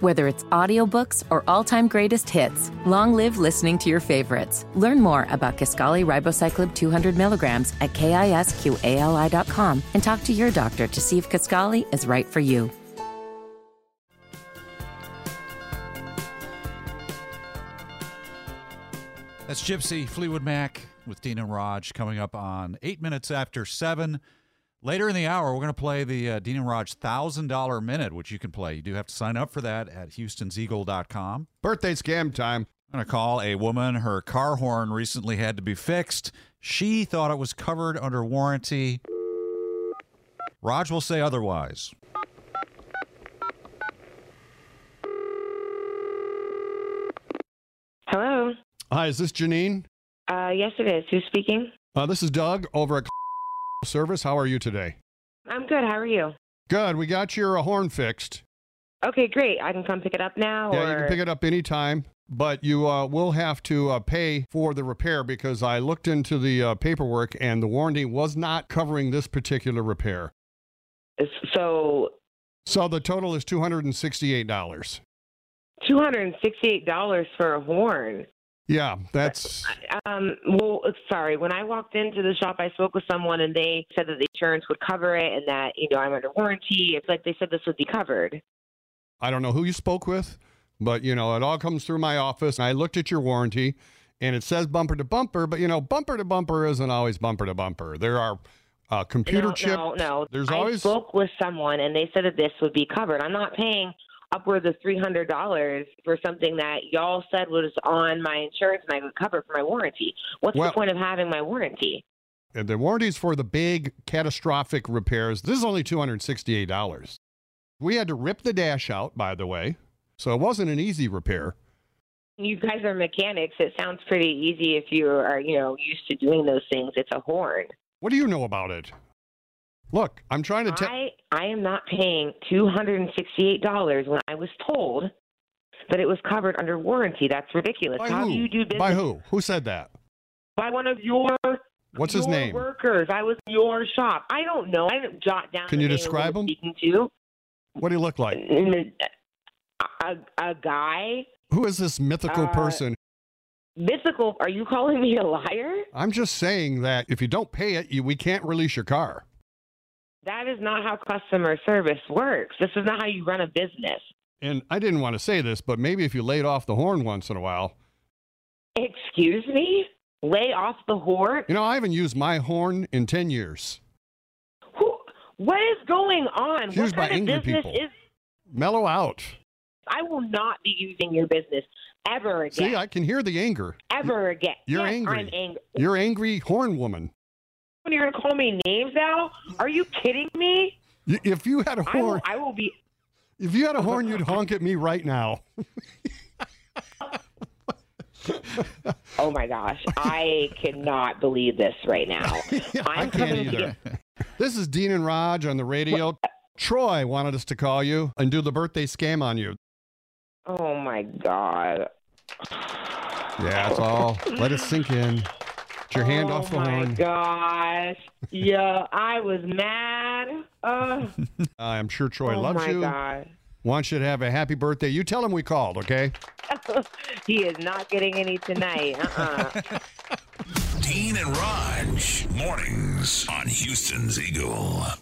Whether it's audiobooks or all-time greatest hits, long live listening to your favorites. Learn more about Kaskali Ribocyclib 200 milligrams at kisqali.com and talk to your doctor to see if Kaskali is right for you. That's Gypsy Fleetwood Mac with Dean and Raj coming up on eight minutes after seven. Later in the hour, we're going to play the uh, Dean and Raj $1,000 minute, which you can play. You do have to sign up for that at houstonseagle.com. Birthday scam time. I'm going to call a woman. Her car horn recently had to be fixed. She thought it was covered under warranty. Raj will say otherwise. Hello. Hi, is this Janine? Uh, yes, it is. Who's speaking? Uh, this is Doug over at Service. How are you today? I'm good. How are you? Good. We got your uh, horn fixed. Okay, great. I can come pick it up now. Yeah, or... you can pick it up anytime, but you uh, will have to uh, pay for the repair because I looked into the uh, paperwork and the warranty was not covering this particular repair. So So the total is $268. two hundred and sixty-eight dollars for a horn. Yeah, that's Um, well, sorry. When I walked into the shop, I spoke with someone, and they said that the insurance would cover it, and that you know I'm under warranty. It's like they said this would be covered. I don't know who you spoke with, but you know, it all comes through my office. And I looked at your warranty and it says bumper to bumper, but you know, bumper to bumper isn't always bumper to bumper. There are uh, computer no, chip. No, no. There's I always spoke with someone, and they said that this would be covered. I'm not paying upwards of three hundred dollars for something that y'all said was on my insurance and I would cover for my warranty. What's Well- the point of having my warranty? and the warranties for the big catastrophic repairs. This is only $268. We had to rip the dash out, by the way. So it wasn't an easy repair. You guys are mechanics. It sounds pretty easy if you are, you know, used to doing those things. It's a horn. What do you know about it? Look, I'm trying to tell I, I am not paying $268 when I was told that it was covered under warranty. That's ridiculous. by How who? do you do business? by who? Who said that? By one of your What's your his name? workers. I was in your shop. I don't know. I didn't jot down. Can the you name of describe who I was him? Speaking to What do he look Uh, like? a, a guy. Who is this mythical Uh, person? Mythical. Are you calling me a liar? I'm just saying that if you don't pay it, you, we can't release your car. That is not how customer service works. This is not how you run a business. And I didn't want to say this, but maybe if you laid off the horn once in a while, Excuse me? Lay off the whore? you know, I haven't used my horn in 10 years. Who, what is going on? It's used what by kind angry of business people. is Mellow out. I will not be using your business ever again. See, I can hear the anger. ever again. You're Yes, angry. I'm angry. You're angry horn woman. When you're gonna call me names now? Are you kidding me? Y- If you had a I will, horn, I will be if you had a horn, you'd honk at me right now. Oh my gosh, I cannot believe this right now. I I'm can't coming to either. This is Dean and Raj on the radio. Troy wanted us to call you and do the birthday scam on you. Oh my god. Yeah, that's all. Let it sink in. Get your hand oh off the my horn. gosh. Yeah, I was mad. Uh, I'm sure Troy oh loves my you. god. Wants you to have a happy birthday. You tell him we called, okay? He is not getting any tonight. Uh-uh. Dean and Raj, mornings on Houston's Eagle.